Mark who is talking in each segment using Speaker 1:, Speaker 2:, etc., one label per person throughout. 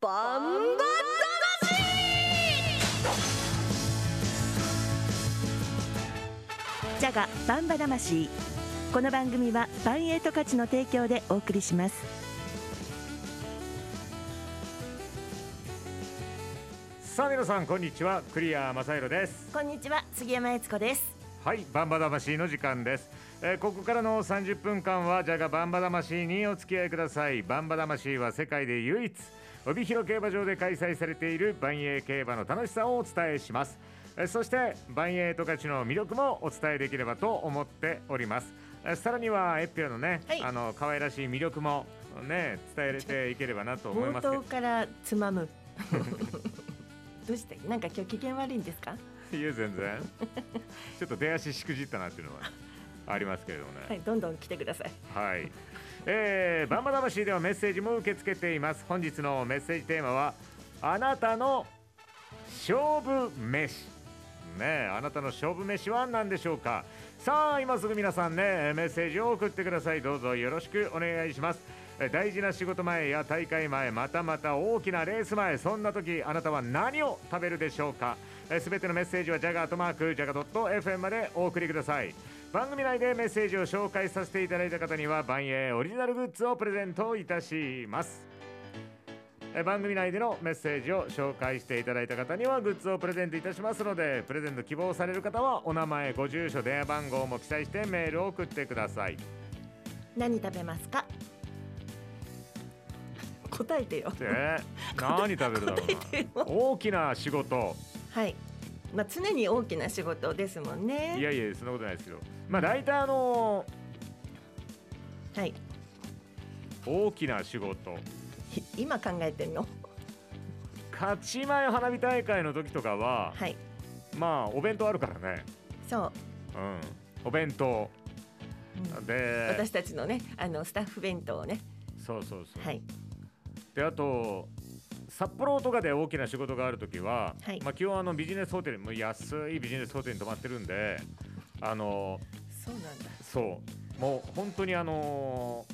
Speaker 1: バンバ魂
Speaker 2: ジャガバンバ魂この番組はバンエイト価値の提供でお送りします
Speaker 3: さあ皆さんこんにちはクリア正弘です
Speaker 2: こんにちは杉山悦子です
Speaker 3: はいバンバ魂の時間です、えーここからの30分間はジャガバンバ魂にお付き合いくださいバンバ魂は世界で唯一帯広競馬場で開催されている万栄競馬の楽しさをお伝えしますえーそして万栄十勝の魅力もお伝えできればと思っておりますえーさらにはエッピラのね、
Speaker 1: はい
Speaker 3: あの可愛らしい魅力もね伝えていければなと思い
Speaker 1: 冒
Speaker 3: ますけ
Speaker 1: 頭
Speaker 3: ど
Speaker 1: からつまむ どうしてなんか今日機嫌悪いんですか
Speaker 3: いや全然ちょっと出足しくじったなっていうのはありますけれどもね
Speaker 1: はいどんどん来てください
Speaker 3: はい、えー、バンバ魂ではメッセージも受け付けています本日のメッセージテーマはあなたの勝負飯ねえあなたの勝負飯は何でしょうかさあ今すぐ皆さんねメッセージを送ってくださいどうぞよろしくお願いしますえ大事な仕事前や大会前またまた大きなレース前そんな時あなたは何を食べるでしょうかすべてのメッセージはジャガートマークジャガドット FM までお送りください番組内でメッセージを紹介させていただいた方には万栄オリジナルグッズをプレゼントいたしますえ番組内でのメッセージを紹介していただいた方にはグッズをプレゼントいたしますのでプレゼント希望される方はお名前ご住所電話番号も記載してメールを送ってください
Speaker 1: 何食べますか答えてよ
Speaker 3: え ー何食べるだろ
Speaker 1: 答えて
Speaker 3: うな
Speaker 1: よ
Speaker 3: 大きな仕事
Speaker 1: はいまあ常に大きな仕事ですもんね
Speaker 3: いやいやそんなことないですけどまあ大体あの
Speaker 1: はい
Speaker 3: 大きな仕事
Speaker 1: ひ今考えてんの
Speaker 3: 勝ち前花火大会の時とかは、
Speaker 1: はい
Speaker 3: まあお弁当あるからね
Speaker 1: そう、
Speaker 3: うんお弁当
Speaker 1: うん
Speaker 3: で
Speaker 1: 私たちのねあのスタッフ弁当をね
Speaker 3: そうそうそう、
Speaker 1: はい
Speaker 3: であと札幌とかで大きな仕事がある時は、
Speaker 1: はい
Speaker 3: まあ、基本あのビジネスホテルもう安いビジネスホテルに泊まってるんであの
Speaker 1: そうなんだ
Speaker 3: そうもう本当に あの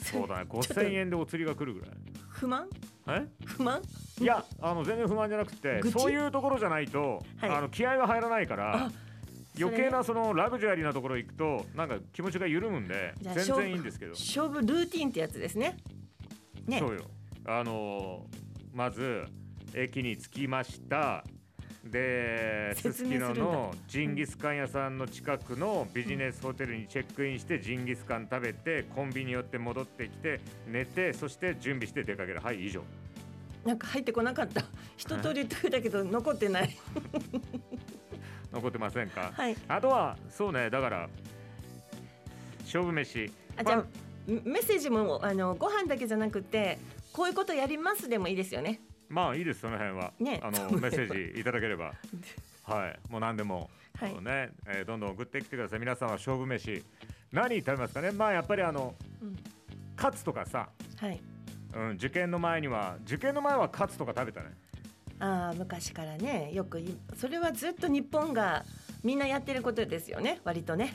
Speaker 3: そうだね
Speaker 1: ちょっと
Speaker 3: 5000円でお釣りが来るぐらい
Speaker 1: 不満
Speaker 3: え
Speaker 1: 不満
Speaker 3: いやあの全然不満じゃなくて
Speaker 1: 愚痴
Speaker 3: そういうところじゃないと、
Speaker 1: はい
Speaker 3: あの気合が入らないから
Speaker 1: あ
Speaker 3: 余計なそのラグジュアリーなところ行くとなんか気持ちが緩むんで
Speaker 1: じゃあ
Speaker 3: 全
Speaker 1: 勝負
Speaker 3: 然いいんですけど、
Speaker 1: 勝負ルーティンってやつですねね
Speaker 3: そうよあのーまず駅に着きましたです
Speaker 1: 説
Speaker 3: す
Speaker 1: 明す
Speaker 3: き
Speaker 1: るんだ
Speaker 3: ののジンギスカン屋さんの近くのビジネスホテルにチェックインしてジンギスカン食べてコンビニ寄って戻ってきて寝てそして準備して出かけるはい以上
Speaker 1: なんか入ってこなかった一通り言ってくれたけど残ってない
Speaker 3: 残ってませんか
Speaker 1: はい
Speaker 3: あとはそうねだから勝負飯
Speaker 1: あじゃあ
Speaker 3: ま
Speaker 1: メメッセージもあのご飯だけじゃなくてこういうことやりますでもいいですよ ね
Speaker 3: まあいいですその辺は、
Speaker 1: ね
Speaker 3: あ
Speaker 1: そう
Speaker 3: の
Speaker 1: 思えば
Speaker 3: メッセージいただければはいもう何でも、
Speaker 1: はい
Speaker 3: そうね、えーどんどん送ってきてください皆さんは勝負飯何食べますかねまあやっぱりあの
Speaker 1: うん
Speaker 3: カツとかさ、
Speaker 1: はい
Speaker 3: うん、受験の前には受験の前はカツとか食べたね
Speaker 1: ああ昔からねよくいそれはずっと日本がみんなやってることですよね割とね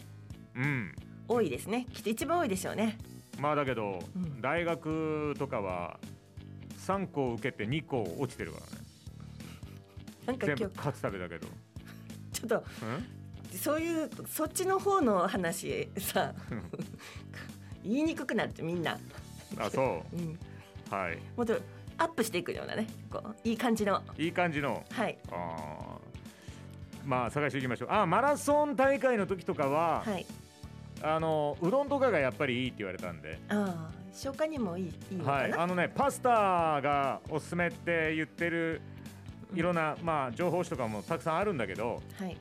Speaker 3: うん
Speaker 1: 多いですねきっと一番多いでしょうね
Speaker 3: まあだけど、
Speaker 1: うん
Speaker 3: 大学とかは3校受けて2校落ちてるからね
Speaker 1: なんか
Speaker 3: 全
Speaker 1: 今日
Speaker 3: 部カツ食べたけど、
Speaker 1: ちょっと
Speaker 3: うん、
Speaker 1: そういうそっちの方の話 さ言いにくくなってみんな、
Speaker 3: あそ
Speaker 1: うん、
Speaker 3: うはい
Speaker 1: もっとアップしていくようなねこういい感じの
Speaker 3: いい感じの
Speaker 1: はい
Speaker 3: あーまあ探していきましょうあマラソン大会の時とかは、
Speaker 1: はい
Speaker 3: あのうどんとかがやっぱりいいって言われたんで、
Speaker 1: ああ消化にもいいいいの
Speaker 3: は
Speaker 1: か
Speaker 3: い、
Speaker 1: な、
Speaker 3: あのねパスタがおすすめって言ってるいろんな、まあ、情報誌とかもたくさんあるんだけど
Speaker 1: はい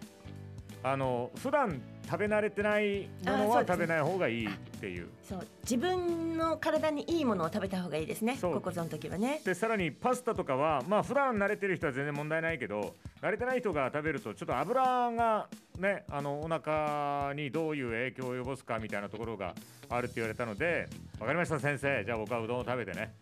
Speaker 3: あの普段食べ慣れてないものは
Speaker 1: あーそうですね
Speaker 3: 食べない方がいいっていう
Speaker 1: そう自分の体にいいものを食べた方がいいですね
Speaker 3: そう
Speaker 1: ここぞの時はね
Speaker 3: でさらにパスタとかはまあ普段慣れてる人は全然問題ないけど慣れてない人が食べるとちょっと油がねあのお腹にどういう影響を及ぼすかみたいなところがあるって言われたので「わかりました先生じゃあ僕はうどんを食べてね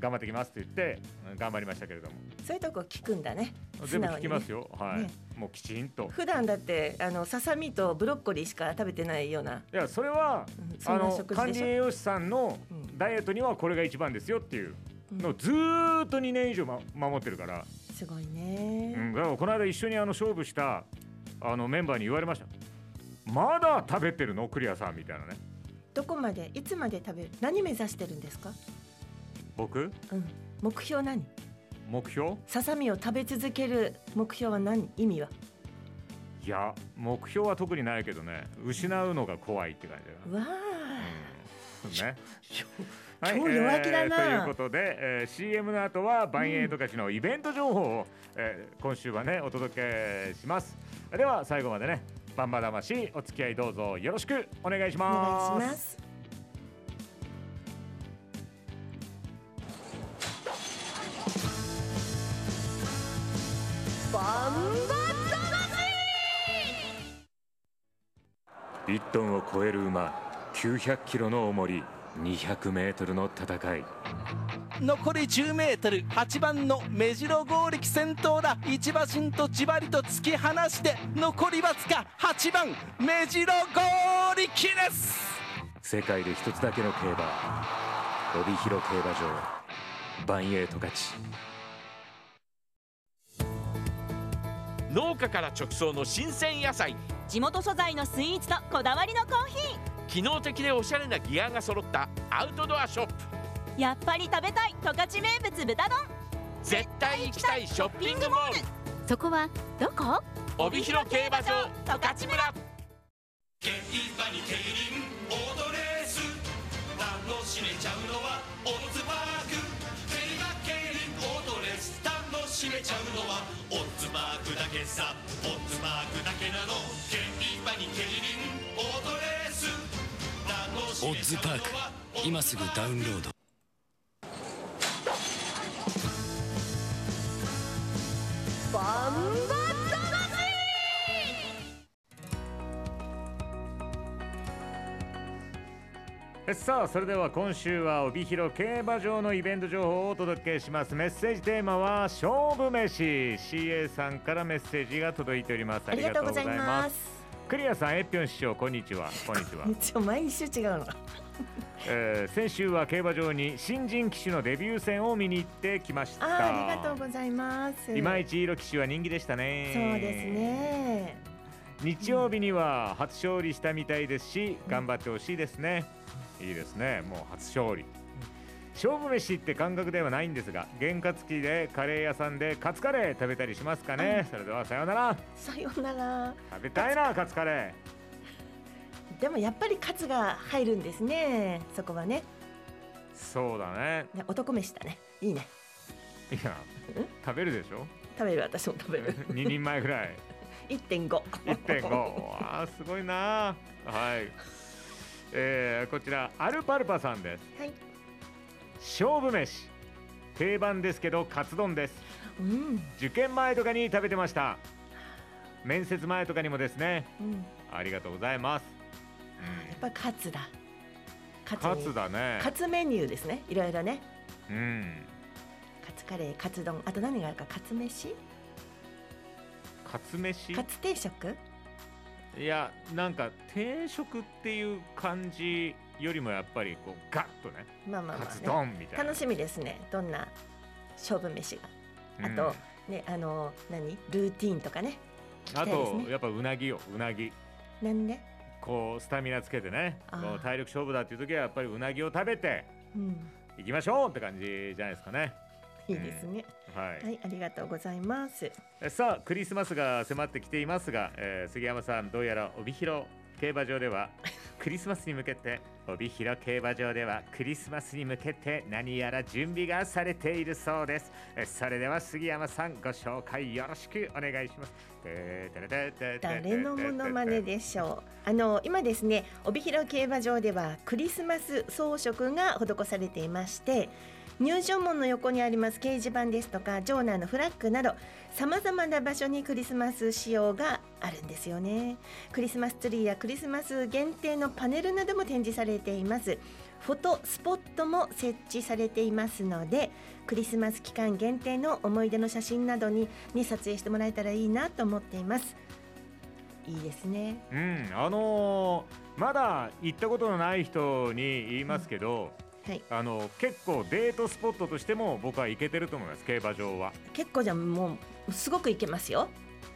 Speaker 3: 頑張ってきます」って言ってうん頑張りましたけれども
Speaker 1: そういうとこ聞くんだね素
Speaker 3: 全部
Speaker 1: 直
Speaker 3: 聞
Speaker 1: に、
Speaker 3: き
Speaker 1: ね、
Speaker 3: ますよ、はい、
Speaker 1: ね
Speaker 3: もうきちんと
Speaker 1: 普段だってあのささみとブロッコリーしか食べてないような、
Speaker 3: いやそれは
Speaker 1: うん、そ
Speaker 3: あ
Speaker 1: んな
Speaker 3: の
Speaker 1: 食事
Speaker 3: 管
Speaker 1: で
Speaker 3: 理
Speaker 1: しょ
Speaker 3: 栄養士さんの
Speaker 1: うん
Speaker 3: ダイエットにはこれが一番ですよっていうのずーっと2年以上、ま、守ってるから、
Speaker 1: すごい
Speaker 3: うん
Speaker 1: ね、
Speaker 3: だからこの間一緒にあの勝負したあのメンバーに言われましたまだ食べてるのクリアさんみたいなね
Speaker 1: どこまでいつまで食べる何目指してるんですか、
Speaker 3: 僕
Speaker 1: うん、目標何
Speaker 3: 目標
Speaker 1: ささみを食べ続ける目標は何意味はい
Speaker 3: や目標は特にないけどね失うのが怖いって感じだな
Speaker 1: わ
Speaker 3: ね。
Speaker 1: 今日弱気だな
Speaker 3: えーということで、えー CM の後はバンエイトたちのイベント情報を、えー今週はねお届けします。では最後までねバンバ魂お付き合いどうぞよろしくお願いし
Speaker 1: あお願
Speaker 3: ます。
Speaker 1: いします
Speaker 4: 1トンを超える馬900キロの重り200メートルの戦い
Speaker 5: 残り 10m8 番の目白剛力先頭だ一馬身とじわりと突き放して残りわずか8番目白剛力です
Speaker 4: 世界で一つだけの競馬帯広競馬場バンエイト勝ち
Speaker 6: 農家から直送の新鮮野菜
Speaker 7: 地元素材のスイーツとこだわりのコーヒ
Speaker 6: 機能的でおしゃれなギアが揃ったアウトドアショップ
Speaker 7: ーやっぱり食べたい十勝名物豚丼
Speaker 6: 絶対行きたいショッピングモール
Speaker 7: そこはどこ
Speaker 6: 帯広競馬場十勝村
Speaker 8: 競馬に競輪オートレース楽しめちゃうのはオッズパーク競馬競輪オートレース楽しめちゃうのはオッズパークだけさオッズパークだけなの競馬に競輪オートレース楽しめちゃうのはオッズパーク今すぐダウンロード
Speaker 3: えさあそれでは今週は帯広競馬場のイベント情報をお届けしますメッセージテーマは勝負飯 CA さんからメッセージが届いております
Speaker 1: ありがとうござい
Speaker 3: ありが
Speaker 1: ます
Speaker 3: クリアさんエッピョン師匠こんにちはこんにちは
Speaker 1: 一応毎週違うの
Speaker 3: えー先週は競馬場に新人騎手のデビュー戦を見に行ってきました
Speaker 1: あーありがとうございます
Speaker 3: いまいち色騎手は人気でしたね
Speaker 1: そうですね
Speaker 3: 日曜日には初勝利したみたいですし頑張ってほしいですねいいですねもう初勝利勝負飯って感覚ではないんですが験担ぎでカレー屋さんでカツカレー食べたりしますかね、それではさようなら
Speaker 1: さようなら
Speaker 3: 食べたいなカツカレ
Speaker 1: でもやっぱりカツが入るんですねそこはね
Speaker 3: ーそうだね
Speaker 1: ね男飯だねいいね
Speaker 3: いや食べるでしょ
Speaker 1: 食べる私も食べ る
Speaker 3: 2人前ぐらい
Speaker 1: 1.5
Speaker 3: 1.5わあすごいなはい、えーこちらアルパルパさんで
Speaker 1: はい
Speaker 3: す勝負飯定番ですけどカツ丼です
Speaker 1: うん
Speaker 3: 受験前とかに食べてました面接前とかにもですね
Speaker 1: うん
Speaker 3: ありがとうございます、
Speaker 1: やっぱりカツだカ
Speaker 3: カ
Speaker 1: に
Speaker 3: ツだね
Speaker 1: カツメニューですねいろいろね
Speaker 3: うん
Speaker 1: カツカレーカツ丼あと何があるかカツ飯
Speaker 3: カツ飯
Speaker 1: カツ定食
Speaker 3: いやなんか定食っていう感じよりもやっぱりこうガッとね
Speaker 1: まあまあま
Speaker 3: カ
Speaker 1: あ、
Speaker 3: ツ
Speaker 1: ね、
Speaker 3: 丼みたいな
Speaker 1: 楽しみですねどんな勝負飯が
Speaker 3: うん
Speaker 1: あと、ねあの何ルーティンとかねたい
Speaker 3: あ
Speaker 1: ですね
Speaker 3: とやっぱうなぎようなぎ
Speaker 1: なんで、
Speaker 3: こうスタミナつけてね
Speaker 1: あー
Speaker 3: こう体力勝負だっていう時はやっぱりうなぎを食べて
Speaker 1: うん、
Speaker 3: いきましょうって感じじゃないですかね
Speaker 1: いいですね、
Speaker 3: はい、
Speaker 1: はいありがとうございます
Speaker 3: えさあクリスマスが迫ってきていますが、えー杉山さんどうやら帯広競馬場ではクリスマスに向けて帯広競馬場ではクリスマスに向けて何やら準備がされているそうですえそれでは杉山さんご紹介よろしくお願いしますてーてれてーてれてーてれてー
Speaker 1: 誰のモノマネでしょうあの今ですね帯広競馬場ではクリスマス装飾が施されていまして入場門の横にあります掲示板ですとか場内のフラッグなどさまざまな場所にクリスマス仕様があるんですよねクリスマスツリーやクリスマス限定のパネルなども展示されていますフォトスポットも設置されていますのでクリスマス期間限定の思い出の写真などにに撮影してもらえたらいいなと思っていますいいですね。
Speaker 3: うんあのーまだ行ったことのない人に言いますけど、
Speaker 1: はい
Speaker 3: あの結構デートスポットとしても僕は行けてると思います競馬場は
Speaker 1: 結構じゃあもうすごくいけますよ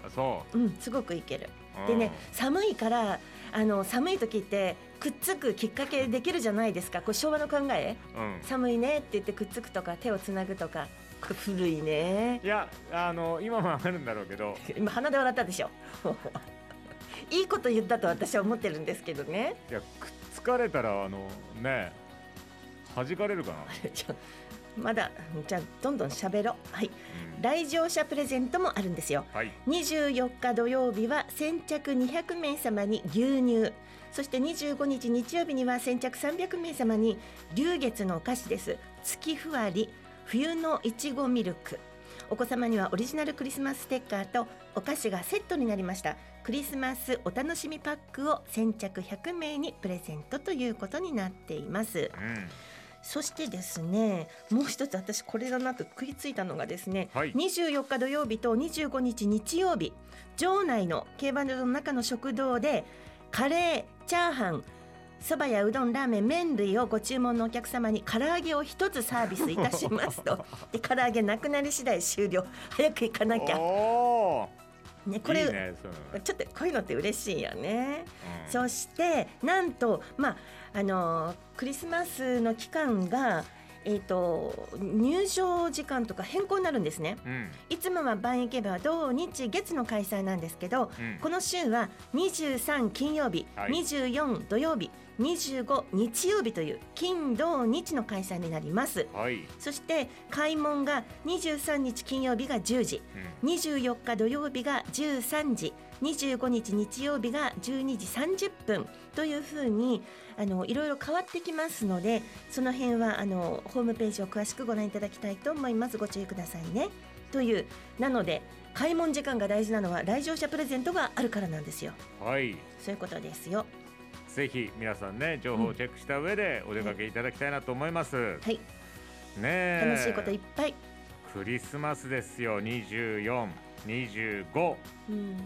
Speaker 3: あそ
Speaker 1: うんすごくいける
Speaker 3: う、うん
Speaker 1: でね寒いからあの寒い時ってくっつくきっかけできるじゃないですかこれ昭和の考え
Speaker 3: うん
Speaker 1: 寒いねって言ってくっつくとか手をつなぐとかこれ古いね
Speaker 3: いやあの今もあるんだろうけど
Speaker 1: 今鼻で笑ったでしょ いいこと言ったと私は思ってるんですけど ね
Speaker 3: いやくっつかれたらあのね弾かれるかな、
Speaker 1: ちょまだじゃあどんどん喋ろうはい
Speaker 3: うん
Speaker 1: 来場者プレゼントもあるんですよ
Speaker 3: はい
Speaker 1: 24日土曜日は先着200名様に牛乳そして25日日曜日には先着300名様に龍月のお菓子です月ふわり冬のいちごミルクお子様にはオリジナルクリスマスステッカーとお菓子がセットになりましたクリスマスお楽しみパックを先着100名にプレゼントということになっています
Speaker 3: うん
Speaker 1: そしてですねもう一つ私これだなと食いついたのがですね、
Speaker 3: はい
Speaker 1: 24日土曜日と25日日曜日場内の競馬場の中の食堂でカレーチャーハンそばやうどんラーメン麺類をご注文のお客様に唐揚げを一つサービスいたします とで唐揚げなくなり次第終了早く行かなきゃ、
Speaker 3: お
Speaker 1: ね、
Speaker 3: ー
Speaker 1: これ
Speaker 3: いいねそういうのね
Speaker 1: ちょっとこういうのって嬉しいよね。
Speaker 3: うん
Speaker 1: そしてなんと、まああのークリスマスの期間が、えー、と入場時間とか変更になるんですね。
Speaker 3: うん
Speaker 1: いつもは万円競馬は土日月の開催なんですけど、
Speaker 3: うん
Speaker 1: この週は23金曜日、
Speaker 3: はい
Speaker 1: 24土曜日25日曜日という金土日の開催になります。
Speaker 3: はい、うん、
Speaker 1: そして開門が23日金曜日が10時、24日土曜日が13時25日日曜日が12時30分というふうにあのいろいろ変わってきますのでその辺はあのホームページを詳しくご覧いただきたいと思いますご注意くださいねというなので開門時間が大事なのは来場者プレゼントがあるからなんですよ
Speaker 3: はい
Speaker 1: そういうことですよ
Speaker 3: ぜひ皆さんね情報をチェックした上でお出かけいただきたいなと思います、
Speaker 1: はい
Speaker 3: ねえ
Speaker 1: 楽しいこといっぱい、
Speaker 3: クリスマスですよ2425
Speaker 1: うん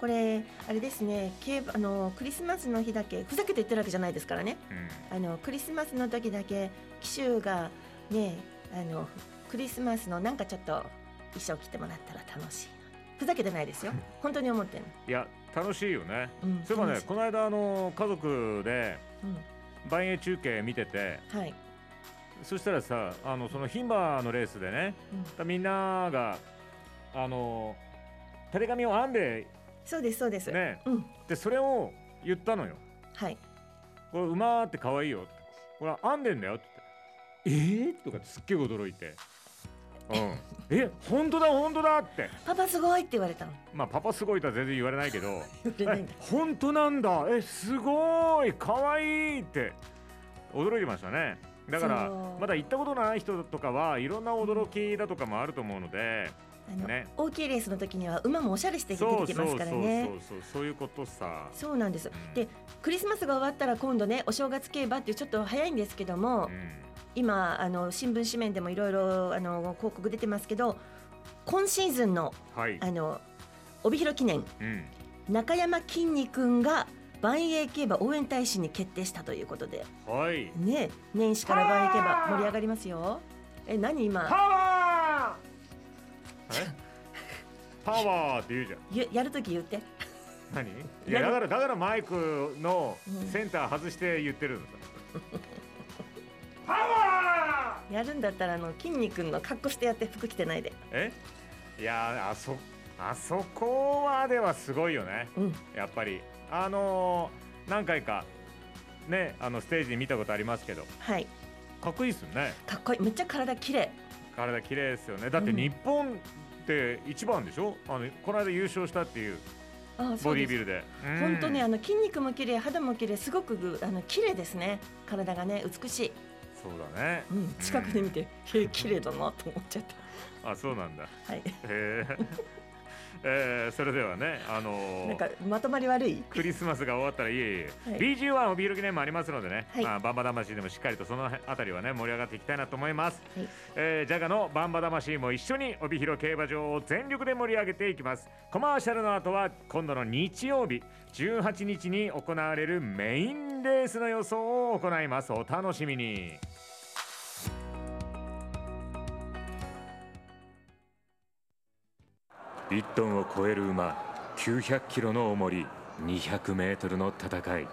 Speaker 1: これあれですね競馬あのクリスマスの日だけふざけて言ってるわけじゃないですからね
Speaker 3: うん
Speaker 1: あのクリスマスの時だけ紀州がねあのクリスマスのなんかちょっと衣装着てもらったら楽しいなふざけてないですよ本当に思ってる、
Speaker 3: いや楽しいよね、
Speaker 1: うん、
Speaker 3: そういえばね
Speaker 1: 楽し
Speaker 3: この間あの家族で
Speaker 1: いうん
Speaker 3: 万栄中継見てて
Speaker 1: はい、
Speaker 3: そしたらさあのその牝馬のレースでね
Speaker 1: うん、
Speaker 3: みんながあのたれ紙を編んで
Speaker 1: そうですそうです、
Speaker 3: ね
Speaker 1: うん
Speaker 3: でそれを言ったのよ
Speaker 1: はい
Speaker 3: これ馬って可愛いよってこれ編んでんだよって言ってえー、とかってすっげえ驚いてうんえ本当だ本当だって
Speaker 1: パパすごいって言われたの
Speaker 3: まあパパすごいとは全然言われないけど
Speaker 1: 言われないんだ
Speaker 3: え本当なんだえすごい可愛いって驚いてましたねだから
Speaker 1: そう
Speaker 3: まだ行ったことない人とかはいろんな驚きだとかもあると思うので
Speaker 1: あの、
Speaker 3: ね
Speaker 1: 大きいレースの時には馬もおしゃれして出
Speaker 3: そう
Speaker 1: て
Speaker 3: そ
Speaker 1: きま
Speaker 3: うそう
Speaker 1: す
Speaker 3: そう
Speaker 1: から
Speaker 3: そう
Speaker 1: ね
Speaker 3: そうそういうことさ
Speaker 1: そうなんですでクリスマスが終わったら今度ねお正月競馬っていうちょっと早いんですけども、
Speaker 3: うん
Speaker 1: 今あの新聞紙面でもいろいろあの広告出てますけど今シーズンの
Speaker 3: はい
Speaker 1: あの帯広記念
Speaker 3: うん
Speaker 1: 中山きんに君が万栄競馬応援大使に決定したということで
Speaker 3: はい
Speaker 1: ね年始から万栄競馬盛り上がりますよえ何今
Speaker 3: ワー えパワーって言うじゃん
Speaker 1: ゆやるとき言って
Speaker 3: 何いやだからだからマイクの
Speaker 1: うん
Speaker 3: センター外して言ってるのさ、
Speaker 1: やるんだったらあのきんに君の格好してやって服着てないで
Speaker 3: えいやーあそあそこはではすごいよね
Speaker 1: うん
Speaker 3: やっぱりあのー何回かねあのステージで見たことありますけど
Speaker 1: はい
Speaker 3: かっこいいですよね
Speaker 1: かっこいいめっちゃ体綺麗
Speaker 3: 体綺麗ですよねだって
Speaker 1: うん
Speaker 3: 日本って一番でしょあのこの間優勝したっていう
Speaker 1: ああそ
Speaker 3: ボ
Speaker 1: う
Speaker 3: ディ
Speaker 1: で
Speaker 3: ー
Speaker 1: す
Speaker 3: ビルで
Speaker 1: 本当ね
Speaker 3: う
Speaker 1: あ
Speaker 3: ん
Speaker 1: の筋肉も綺麗肌も綺麗すごくぐあの綺麗ですね体がね美しい
Speaker 3: そうだね
Speaker 1: うん、近くで見て、へえ綺麗だなと思っちゃった。
Speaker 3: あそうなんだ
Speaker 1: はい、
Speaker 3: へええーそれではね、あのー
Speaker 1: なんかまとまり悪い。
Speaker 3: クリスマスが終わったらいえいえ、
Speaker 1: はい
Speaker 3: BG1 帯広記念もありますのでね、
Speaker 1: はい
Speaker 3: まあ、バンバ魂でもしっかりとそのあたりはね盛り上がっていきたいなと思います、
Speaker 1: はい
Speaker 3: えージャガのバンバ魂も一緒に帯広競馬場を全力で盛り上げていきますコマーシャルの後は今度の日曜日18日に行われるメインレースの予想を行いますお楽しみに
Speaker 4: 1トンを超える馬900キロの重り200メートルの戦い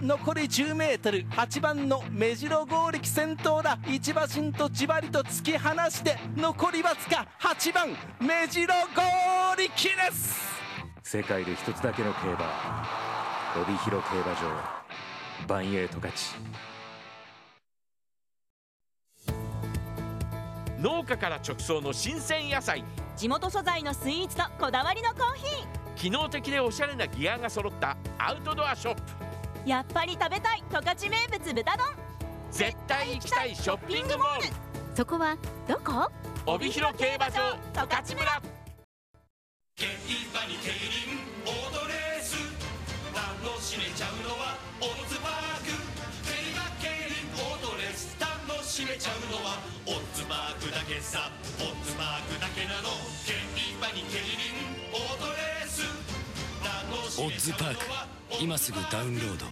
Speaker 5: 残り 10m8 番の目白剛力先頭だ一馬身とじわりと突き放して残りわずか8番目白剛力です
Speaker 4: 世界で一つだけの競馬帯広競馬場バンエイト勝ち
Speaker 6: 農家から直送の新鮮野菜
Speaker 7: 地元素材のスイーツとこだわりのコーヒ
Speaker 6: 機能的でおしゃれなギアが揃ったアウトドアショップ
Speaker 7: ーやっぱり食べたい十勝名物豚丼
Speaker 6: 絶対行きたいショッピングモール
Speaker 7: そこはどこ
Speaker 6: 帯広競馬場十勝村
Speaker 8: 競馬に競輪オートレース楽しめちゃうのはオッズパーク競馬競輪オートレース楽しめちゃうのはオッズパークだけさオッズパークだけなの競馬に競輪オートレース楽しめちゃうのはオッズパーク今すぐダウンロード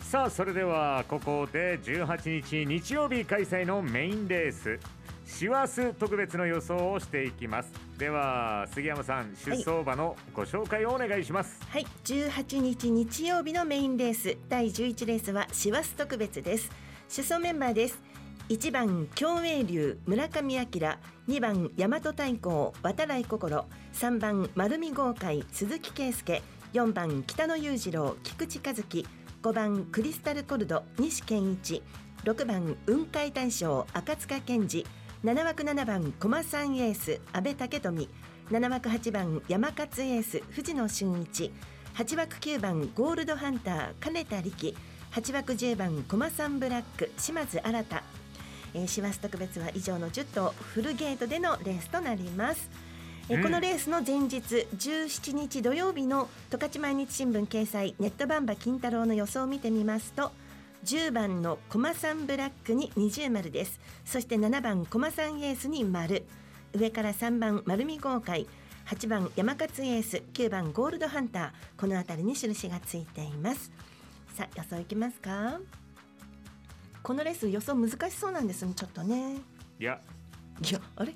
Speaker 3: さあそれではここで18日日曜日開催のメインレース師走特別の予想をしていきますでは杉山さん出走馬のご紹介をお願いします、
Speaker 1: はい、18日日曜日のメインレース第11レースは師走特別です主走メンバーです1番共栄流村上明2番大和太鼓渡来心3番丸見豪快鈴木圭介4番北野裕次郎菊池和樹5番クリスタルコルド西健一6番雲海大将赤塚健二7枠7番駒さんエース阿部武富7枠8番山勝エース藤野俊一8枠9番ゴールドハンター金田力8枠10番駒さんブラック島津新太えー、師走特別は以上の10頭フルゲートでのレースとなります、えー
Speaker 3: うん
Speaker 1: このレースの前日17日土曜日の十勝毎日新聞掲載ネットバンバ金太郎の予想を見てみますと10番の駒さんブラックに二重丸ですそして7番駒さんエースに丸上から3番丸見豪快8番山勝エース9番ゴールドハンターこの辺りに印がついていますさあ予想いきますかこのレース予想難しそうなんですねちょっとね
Speaker 3: いや
Speaker 1: いやあれ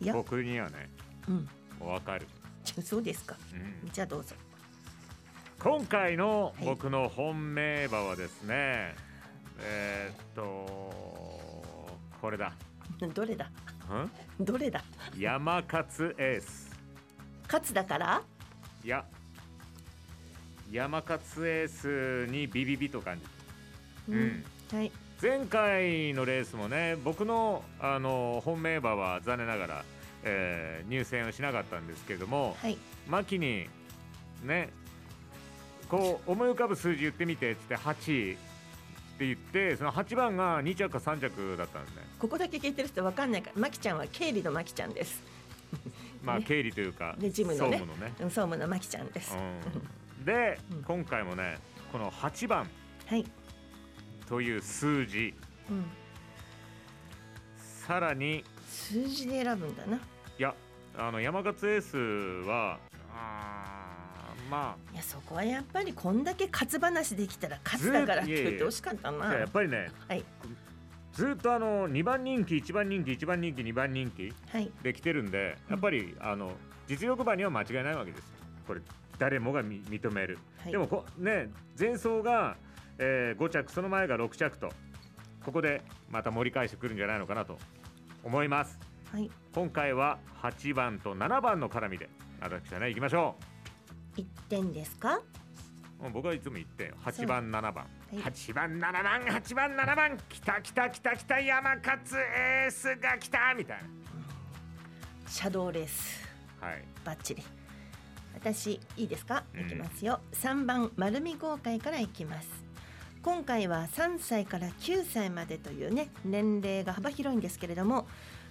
Speaker 1: いや
Speaker 3: 僕にはね
Speaker 1: うん
Speaker 3: わかる、
Speaker 1: そうですか
Speaker 3: うん
Speaker 1: じゃあどうぞ
Speaker 3: 今回の
Speaker 1: はい
Speaker 3: 僕の本命馬はですね、えーっとこれだ
Speaker 1: どれだ
Speaker 3: ん
Speaker 1: どれだ
Speaker 3: 山勝エース
Speaker 1: 勝つだから
Speaker 3: いや山勝エースにビビビと感じうん
Speaker 1: はい
Speaker 3: 前回のレースもね僕のあの本命馬は残念ながら、えー入選をしなかったんですけれども、
Speaker 1: はい
Speaker 3: 牧にねこう思い浮かぶ数字言ってみてっつって8位って言ってその8番が2着か3着だったんですね
Speaker 1: ここだけ聞いてる人わかんないからまきちゃんは経理のまきちゃんです
Speaker 3: まあ
Speaker 1: ね
Speaker 3: 経理というか
Speaker 1: でジムのね
Speaker 3: 総務のね、
Speaker 1: うん総務のまきちゃんです
Speaker 3: うん、で、
Speaker 1: うん
Speaker 3: 今回もねこの8番
Speaker 1: はい
Speaker 3: という数字
Speaker 1: うん
Speaker 3: さらに
Speaker 1: 数字で選ぶんだない
Speaker 3: やあの山勝エースはあーま
Speaker 1: いやそこはやっぱりこんだけ勝つ話できたら勝つだからって言ってほしかった
Speaker 3: あ
Speaker 1: な
Speaker 3: じゃあやっぱりね
Speaker 1: はい
Speaker 3: ずっとあの2番人気1番人気1番人気2番人気
Speaker 1: はい
Speaker 3: できてるんでやっぱりあの実力馬には間違いないわけですよこれ誰もがみ認める、
Speaker 1: はい
Speaker 3: でもこね前走が、え5着その前が6着とここでまた盛り返してくるんじゃないのかなと思います
Speaker 1: はい
Speaker 3: 今回は8番と7番の絡みで私はね行きましょう
Speaker 1: 一点ですか
Speaker 3: もう僕はいつも言って8番7番、
Speaker 1: い
Speaker 3: 8番7番8番7番来た来た来た来た山勝エースが来たみたい
Speaker 1: シャドーレース
Speaker 3: なはい
Speaker 1: バッチリ私いいですか、
Speaker 3: うん
Speaker 1: いきますよ3番丸見豪快からいきます今回は3歳から9歳までというね年齢が幅広いんですけれども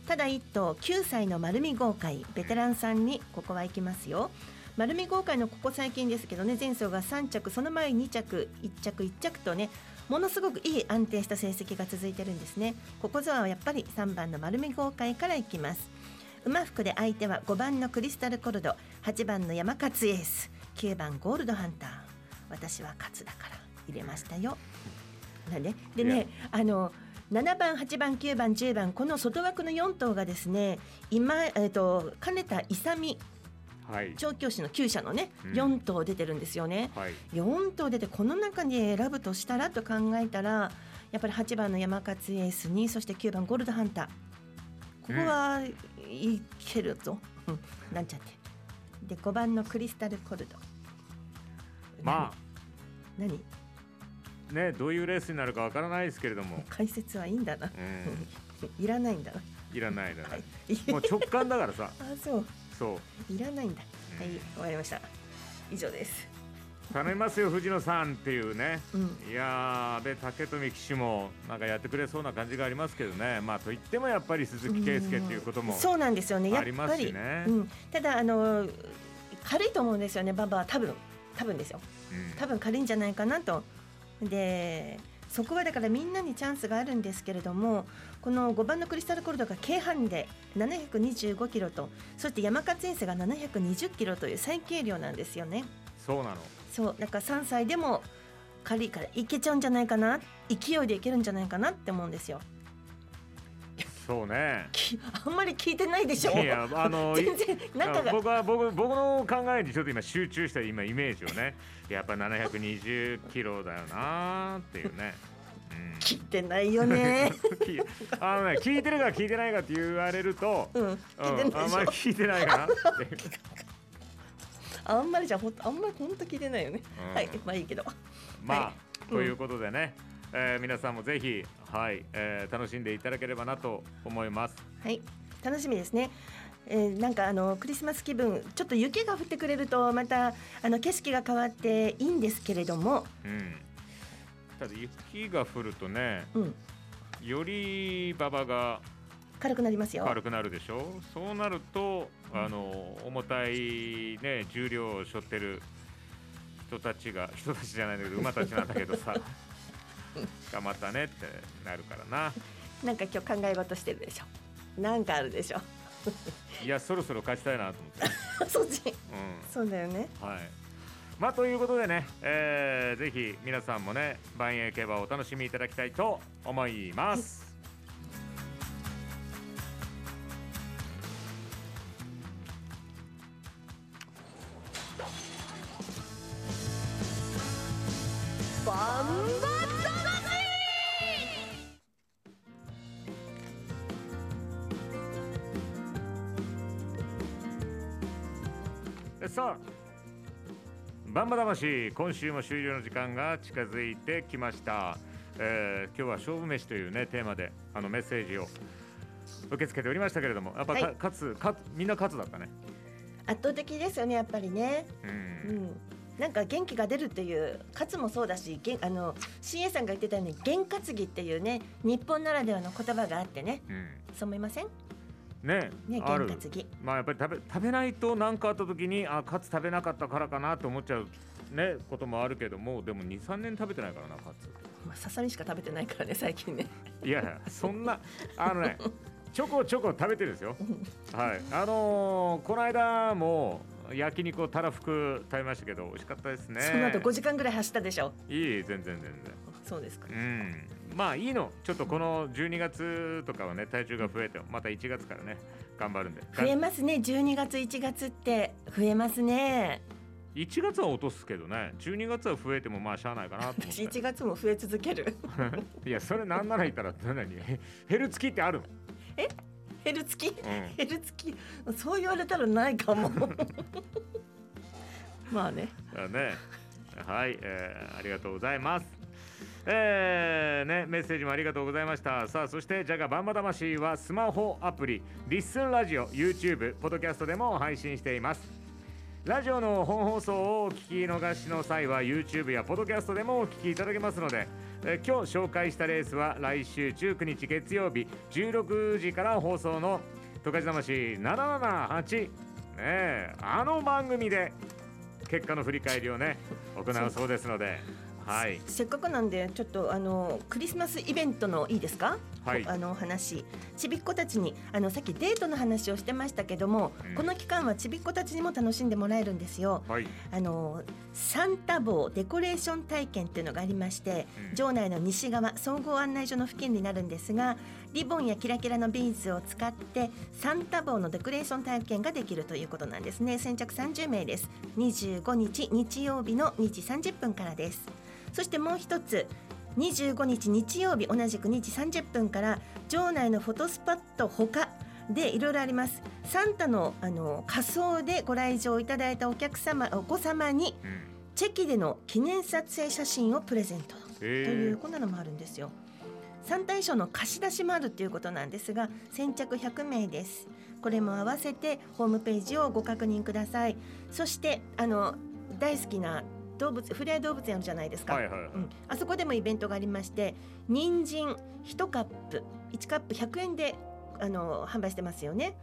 Speaker 1: ただ一頭9歳の丸見豪快ベテランさんにここはいきますよ丸見豪快のここ最近ですけどね前走が3着その前2着1着1着とねものすごくいい安定した成績が続いてるんですねここぞはやっぱり3番の丸見豪快からいきます馬服で相手は5番のクリスタルコルド8番の山勝エース9番ゴールドハンター私は勝だから入れましたよ。なんでで
Speaker 3: い
Speaker 1: ねあの7番8番9番10番この外枠の4頭がですね今、えー、と金田勇
Speaker 3: はい
Speaker 1: 調教師の厩舎のね
Speaker 3: うん
Speaker 1: 4頭出てるんですよね。
Speaker 3: はい
Speaker 1: 4頭出てこの中に選ぶとしたらと考えたらやっぱり8番の山勝エースにそして9番ゴールドハンターここはいけるぞ、うん、なんちゃってで5番のクリスタルコルド
Speaker 3: ま
Speaker 1: 何何
Speaker 3: あねどういうレースになるかわからないですけれども
Speaker 1: 解説はいいんだな
Speaker 3: うん
Speaker 1: いらないんだな
Speaker 3: いらないだな
Speaker 1: あ
Speaker 3: もう直感だからさ
Speaker 1: そう
Speaker 3: そう
Speaker 1: いらないんだは
Speaker 3: う
Speaker 1: い
Speaker 3: ん
Speaker 1: 終わりました以上です
Speaker 3: 頼みますよ藤野さんっていうね
Speaker 1: うん
Speaker 3: いやー安倍武富騎手もなんかやってくれそうな感じがありますけどねまあといってもやっぱり鈴木圭介っていうことも
Speaker 1: そうなんですよねや
Speaker 3: あ
Speaker 1: っ
Speaker 3: りま
Speaker 1: ぱ
Speaker 3: すし
Speaker 1: り、
Speaker 3: ね
Speaker 1: う。ん、ただあの軽いと思うんですよねババは多分多分ですよ
Speaker 3: うん
Speaker 1: 多分軽いんじゃないかなと。でそこはだからみんなにチャンスがあるんですけれどもこの5番のクリスタルコルドが軽ハンデ725キロとそして山勝遠征が720キロという最軽量なんですよね。
Speaker 3: そうなの
Speaker 1: そうなんか3歳でも軽いからいけちゃうんじゃないかな勢いでいけるんじゃないかなって思うんですよ。
Speaker 3: そうね
Speaker 1: きあんまり聞いてないでしょ
Speaker 3: いやあのい
Speaker 1: 全然中が
Speaker 3: 僕は僕僕の考えにちょっと今集中した今イメージをねやっぱ720キロだよなーっていうね、
Speaker 1: 聞いてないよね。
Speaker 3: うん、きあのね聞いてるか聞いてないかって言われると、
Speaker 1: うん、
Speaker 3: う
Speaker 1: 聞いて
Speaker 3: ん、
Speaker 1: な
Speaker 3: あ
Speaker 1: い
Speaker 3: ん
Speaker 1: で
Speaker 3: ま
Speaker 1: し
Speaker 3: り
Speaker 1: ょ。
Speaker 3: 聞いてないか なっていう、
Speaker 1: あんまりじゃほんあんまり本当聞いてないよね。
Speaker 3: うん
Speaker 1: はい、まあいいけど。
Speaker 3: まあ、
Speaker 1: は
Speaker 3: ということでね、えー皆さんもぜひ、はいえー楽しんでいただければなと思います。
Speaker 1: はい、楽しみですね。えーなんかあのクリスマス気分ちょっと雪が降ってくれるとまたあの景色が変わっていいんですけれども、
Speaker 3: うん、ただ雪が降るとね
Speaker 1: うん、
Speaker 3: より馬場が
Speaker 1: 軽くなりますよ。
Speaker 3: 軽くなるでしょそうなるとあの重たい、ね、重量を背負ってる人たちが人たちじゃないんだけど馬たちなんだけどさがまたねってなるからな
Speaker 1: なんか今日考え事してるでしょ。なんかあるでしょ。
Speaker 3: いやそろそろ勝ちたいなと思って、
Speaker 1: そっち。
Speaker 3: うん、
Speaker 1: そうだよね。
Speaker 3: はい。まあということでね、えーぜひ皆さんもね、万栄競馬をお楽しみいただきたいと思います。さあバンバ魂今週も終了の時間が近づいてきました、えー今日は勝負飯というねテーマであのメッセージを受け付けておりましたけれどもやっぱか、
Speaker 1: はい
Speaker 3: 勝つ勝つみんな勝つだったね
Speaker 1: 圧倒的ですよねやっぱりね。
Speaker 3: う、
Speaker 1: うんん。なんか元気が出るっていう勝つもそうだし、げんあの CA さんが言ってたように験担ぎっていうね日本ならではの言葉があってね。
Speaker 3: うん
Speaker 1: そう思いません？
Speaker 3: ね
Speaker 1: ね
Speaker 3: あ
Speaker 1: 験
Speaker 3: る
Speaker 1: 担ぎ。
Speaker 3: まあやっぱり食べ食べないと何かあった時にあカツ食べなかったからかなと思っちゃうねこともあるけどもでも23年食べてないからなカツ
Speaker 1: まあささみしか食べてないからね最近ね。
Speaker 3: いやいやそんなあのねちょこちょこ食べてるんですよはいあのーこの間も焼肉をたらふく食べましたけど美味しかったですね
Speaker 1: その後5時間ぐらい走ったでしょ。
Speaker 3: いい全然全然
Speaker 1: そうですか。
Speaker 3: うんまあいいのちょっとこの12月とかはね体重が増えてまた1月からね頑張るんで
Speaker 1: 増えますね。12月1月って増えますね。
Speaker 3: 1月は落とすけどね12月は増えてもまあしゃあないかなと思
Speaker 1: 私
Speaker 3: って
Speaker 1: 1月も増え続け る。
Speaker 3: いやそれなんなら言ったら何 へ減る月ってあるの、
Speaker 1: 減る月
Speaker 3: うん
Speaker 1: 減る月そう言われたらないかも。 まあね。
Speaker 3: だね。はい、えーありがとうございます。えーね、メッセージもありがとうございましたさあそしてジャガバンバ魂はスマホアプリリッスンラジオ YouTube ポッドキャストでも配信していますラジオの本放送をお聞き逃しの際は YouTube やポッドキャストでもお聞きいただけますので、えー今日紹介したレースは来週19日月曜日16時から放送の「十勝魂778」ねえあの番組で結果の振り返りをね行うそうですのではい
Speaker 1: せっかくなんでちょっとあのクリスマスイベントのいいですか、
Speaker 3: はい
Speaker 1: あのお話ちびっ子たちにあのさっきデートの話をしてましたけども、
Speaker 3: うん
Speaker 1: この期間はちびっ子たちにも楽しんでもらえるんですよ。
Speaker 3: はい
Speaker 1: あのサンタ帽デコレーション体験っていうのがありまして、
Speaker 3: うん
Speaker 1: 城内の西側総合案内所の付近になるんですがリボンやキラキラのビーズを使ってサンタ帽のデコレーション体験ができるということなんですね先着30名です25日日曜日の2時30分からですそしてもう一つ25日日曜日同じく2時30分から城内のフォトスポットほかでいろいろありますサンタのあの仮装でご来場いただいたお客様お子様に
Speaker 3: うん
Speaker 1: チェキでの記念撮影写真をプレゼントとい
Speaker 3: え
Speaker 1: うこんなのもあるんですよ。サンタ衣装の貸し出しもあるということなんですが先着100名ですこれも合わせてホームページをご確認くださいそしてあの大好きな動物ふれあい動物園あるじゃないです
Speaker 3: ー、
Speaker 1: か、
Speaker 3: はいはいはい、
Speaker 1: うん、あそこでもイベントがありまして人参1カップ1カップ100円であの販売してますよね。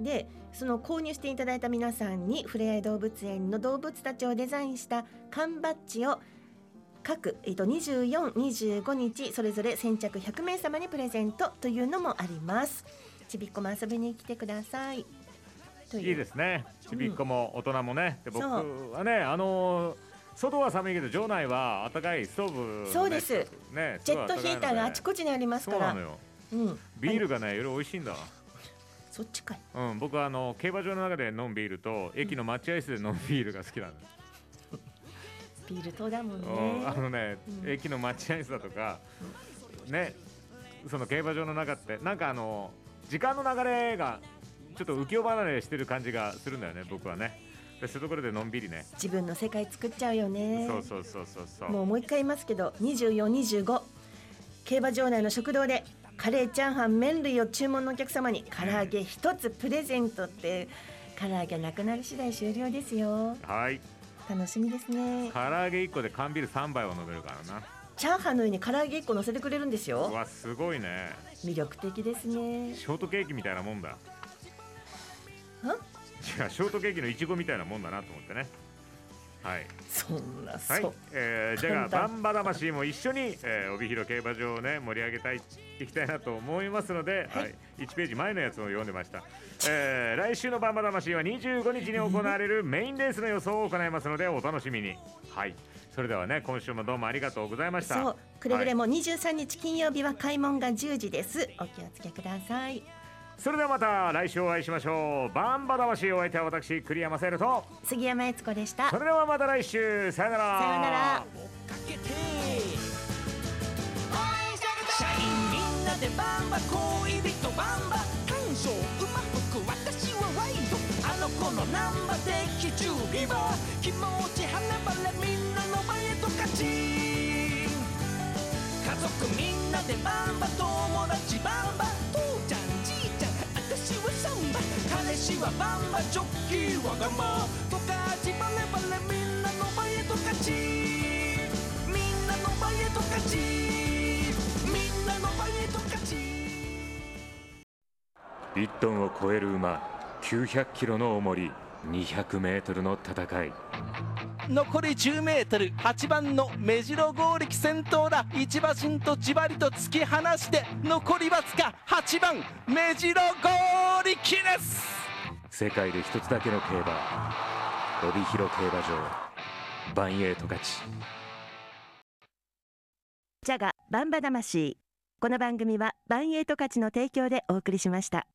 Speaker 1: でその購入していただいた皆さんにふれあい動物園の動物たちをデザインした缶バッジを各、えっと、2425日それぞれ先着100名様にプレゼントというのもあります。ちびっこも遊びに来てください。と。
Speaker 3: いいですすねちびっこも大人もね、で
Speaker 1: そ
Speaker 3: 僕はねあのー外は寒いけど場内は暖かいストーブ、ね、
Speaker 1: そうです
Speaker 3: ね
Speaker 1: ジェットヒーターがあちこちにあります
Speaker 3: そ
Speaker 1: か
Speaker 3: うな
Speaker 1: ら
Speaker 3: の。よ
Speaker 1: うん、
Speaker 3: ビール
Speaker 1: が
Speaker 3: がねより美味しいんだ
Speaker 1: そっちかい。
Speaker 3: うん僕はあの競馬場の中で飲むビールと駅の待合室で飲むビールが好きなんです、
Speaker 1: ビール糖だもんね。
Speaker 3: うんあのね、
Speaker 1: うん
Speaker 3: 駅の待合室だとかねその競馬場の中ってなんかあの時間の流れがちょっと浮世離れしてる感じがするんだよね僕はねでそういうところでのんびりね、
Speaker 1: 自分の世界作っちゃうよね
Speaker 3: そうそうそうそうそう
Speaker 1: もうもう一回言いますけど2425競馬場内の食堂でカレーチャーハン麺類を注文のお客様に唐揚げ一つプレゼントって唐揚げなくなり次第終了ですよ
Speaker 3: はい
Speaker 1: 楽しみですね
Speaker 3: 唐揚げ1個で缶ビール3杯は飲めるからな
Speaker 1: チャーハンの上に唐揚げ一個乗せてくれるんです
Speaker 3: う
Speaker 1: よ
Speaker 3: わすごいね
Speaker 1: 魅力的ですね
Speaker 3: ショートケーキみたいなもんだ
Speaker 1: ん
Speaker 3: いやショートケーキのいちごみたいなもんだなと思ってねはい、
Speaker 1: そんなそ
Speaker 3: は
Speaker 1: う、
Speaker 3: いえー、じゃあ
Speaker 1: 簡
Speaker 3: バ
Speaker 1: 単
Speaker 3: ンバ魂も一緒に、えー、帯広競馬場をね盛り上げたいいきたいなと思いますので、はい1ページ前のやつを読んでました、えー、来週のバンバ魂は25日に行われるメインレースの予想を行いますのでお楽しみにはいそれではね今週もどうもありがとうございました
Speaker 1: そうくれぐれも23日金曜日は開門が10時ですお気をつけください
Speaker 3: それではまた来週お会いしましょうバンバ魂お相手は私栗山セルと
Speaker 1: 杉山悦子でした
Speaker 3: それではまた来週さよなら
Speaker 1: さようなら
Speaker 8: 社員みんなでバンバ恋人バンバ感情うまく私はワイドあの子のナンバーで基準ビバ気持ち花晴れみんなの前へと勝ち家族みんなでバンバ友達バンバ父ちゃんじいちゃん私はサンバ彼氏はバンバジョッキーはガンマとかじバレバレみんなの前へと勝ちみんなの前へと勝ちみんなの前へと勝ち
Speaker 4: 1トンを超える馬900キロの重り200メートルの戦い
Speaker 5: 残り 10m8 番の目白剛力先頭だ一馬身とじわりと突き放して残りわずか8番目白剛力です
Speaker 4: 世界で一つだけの競馬帯広競馬場バンエイト勝ち
Speaker 2: ジャガバンバ魂この番組はバンエイト価値の提供でお送りしました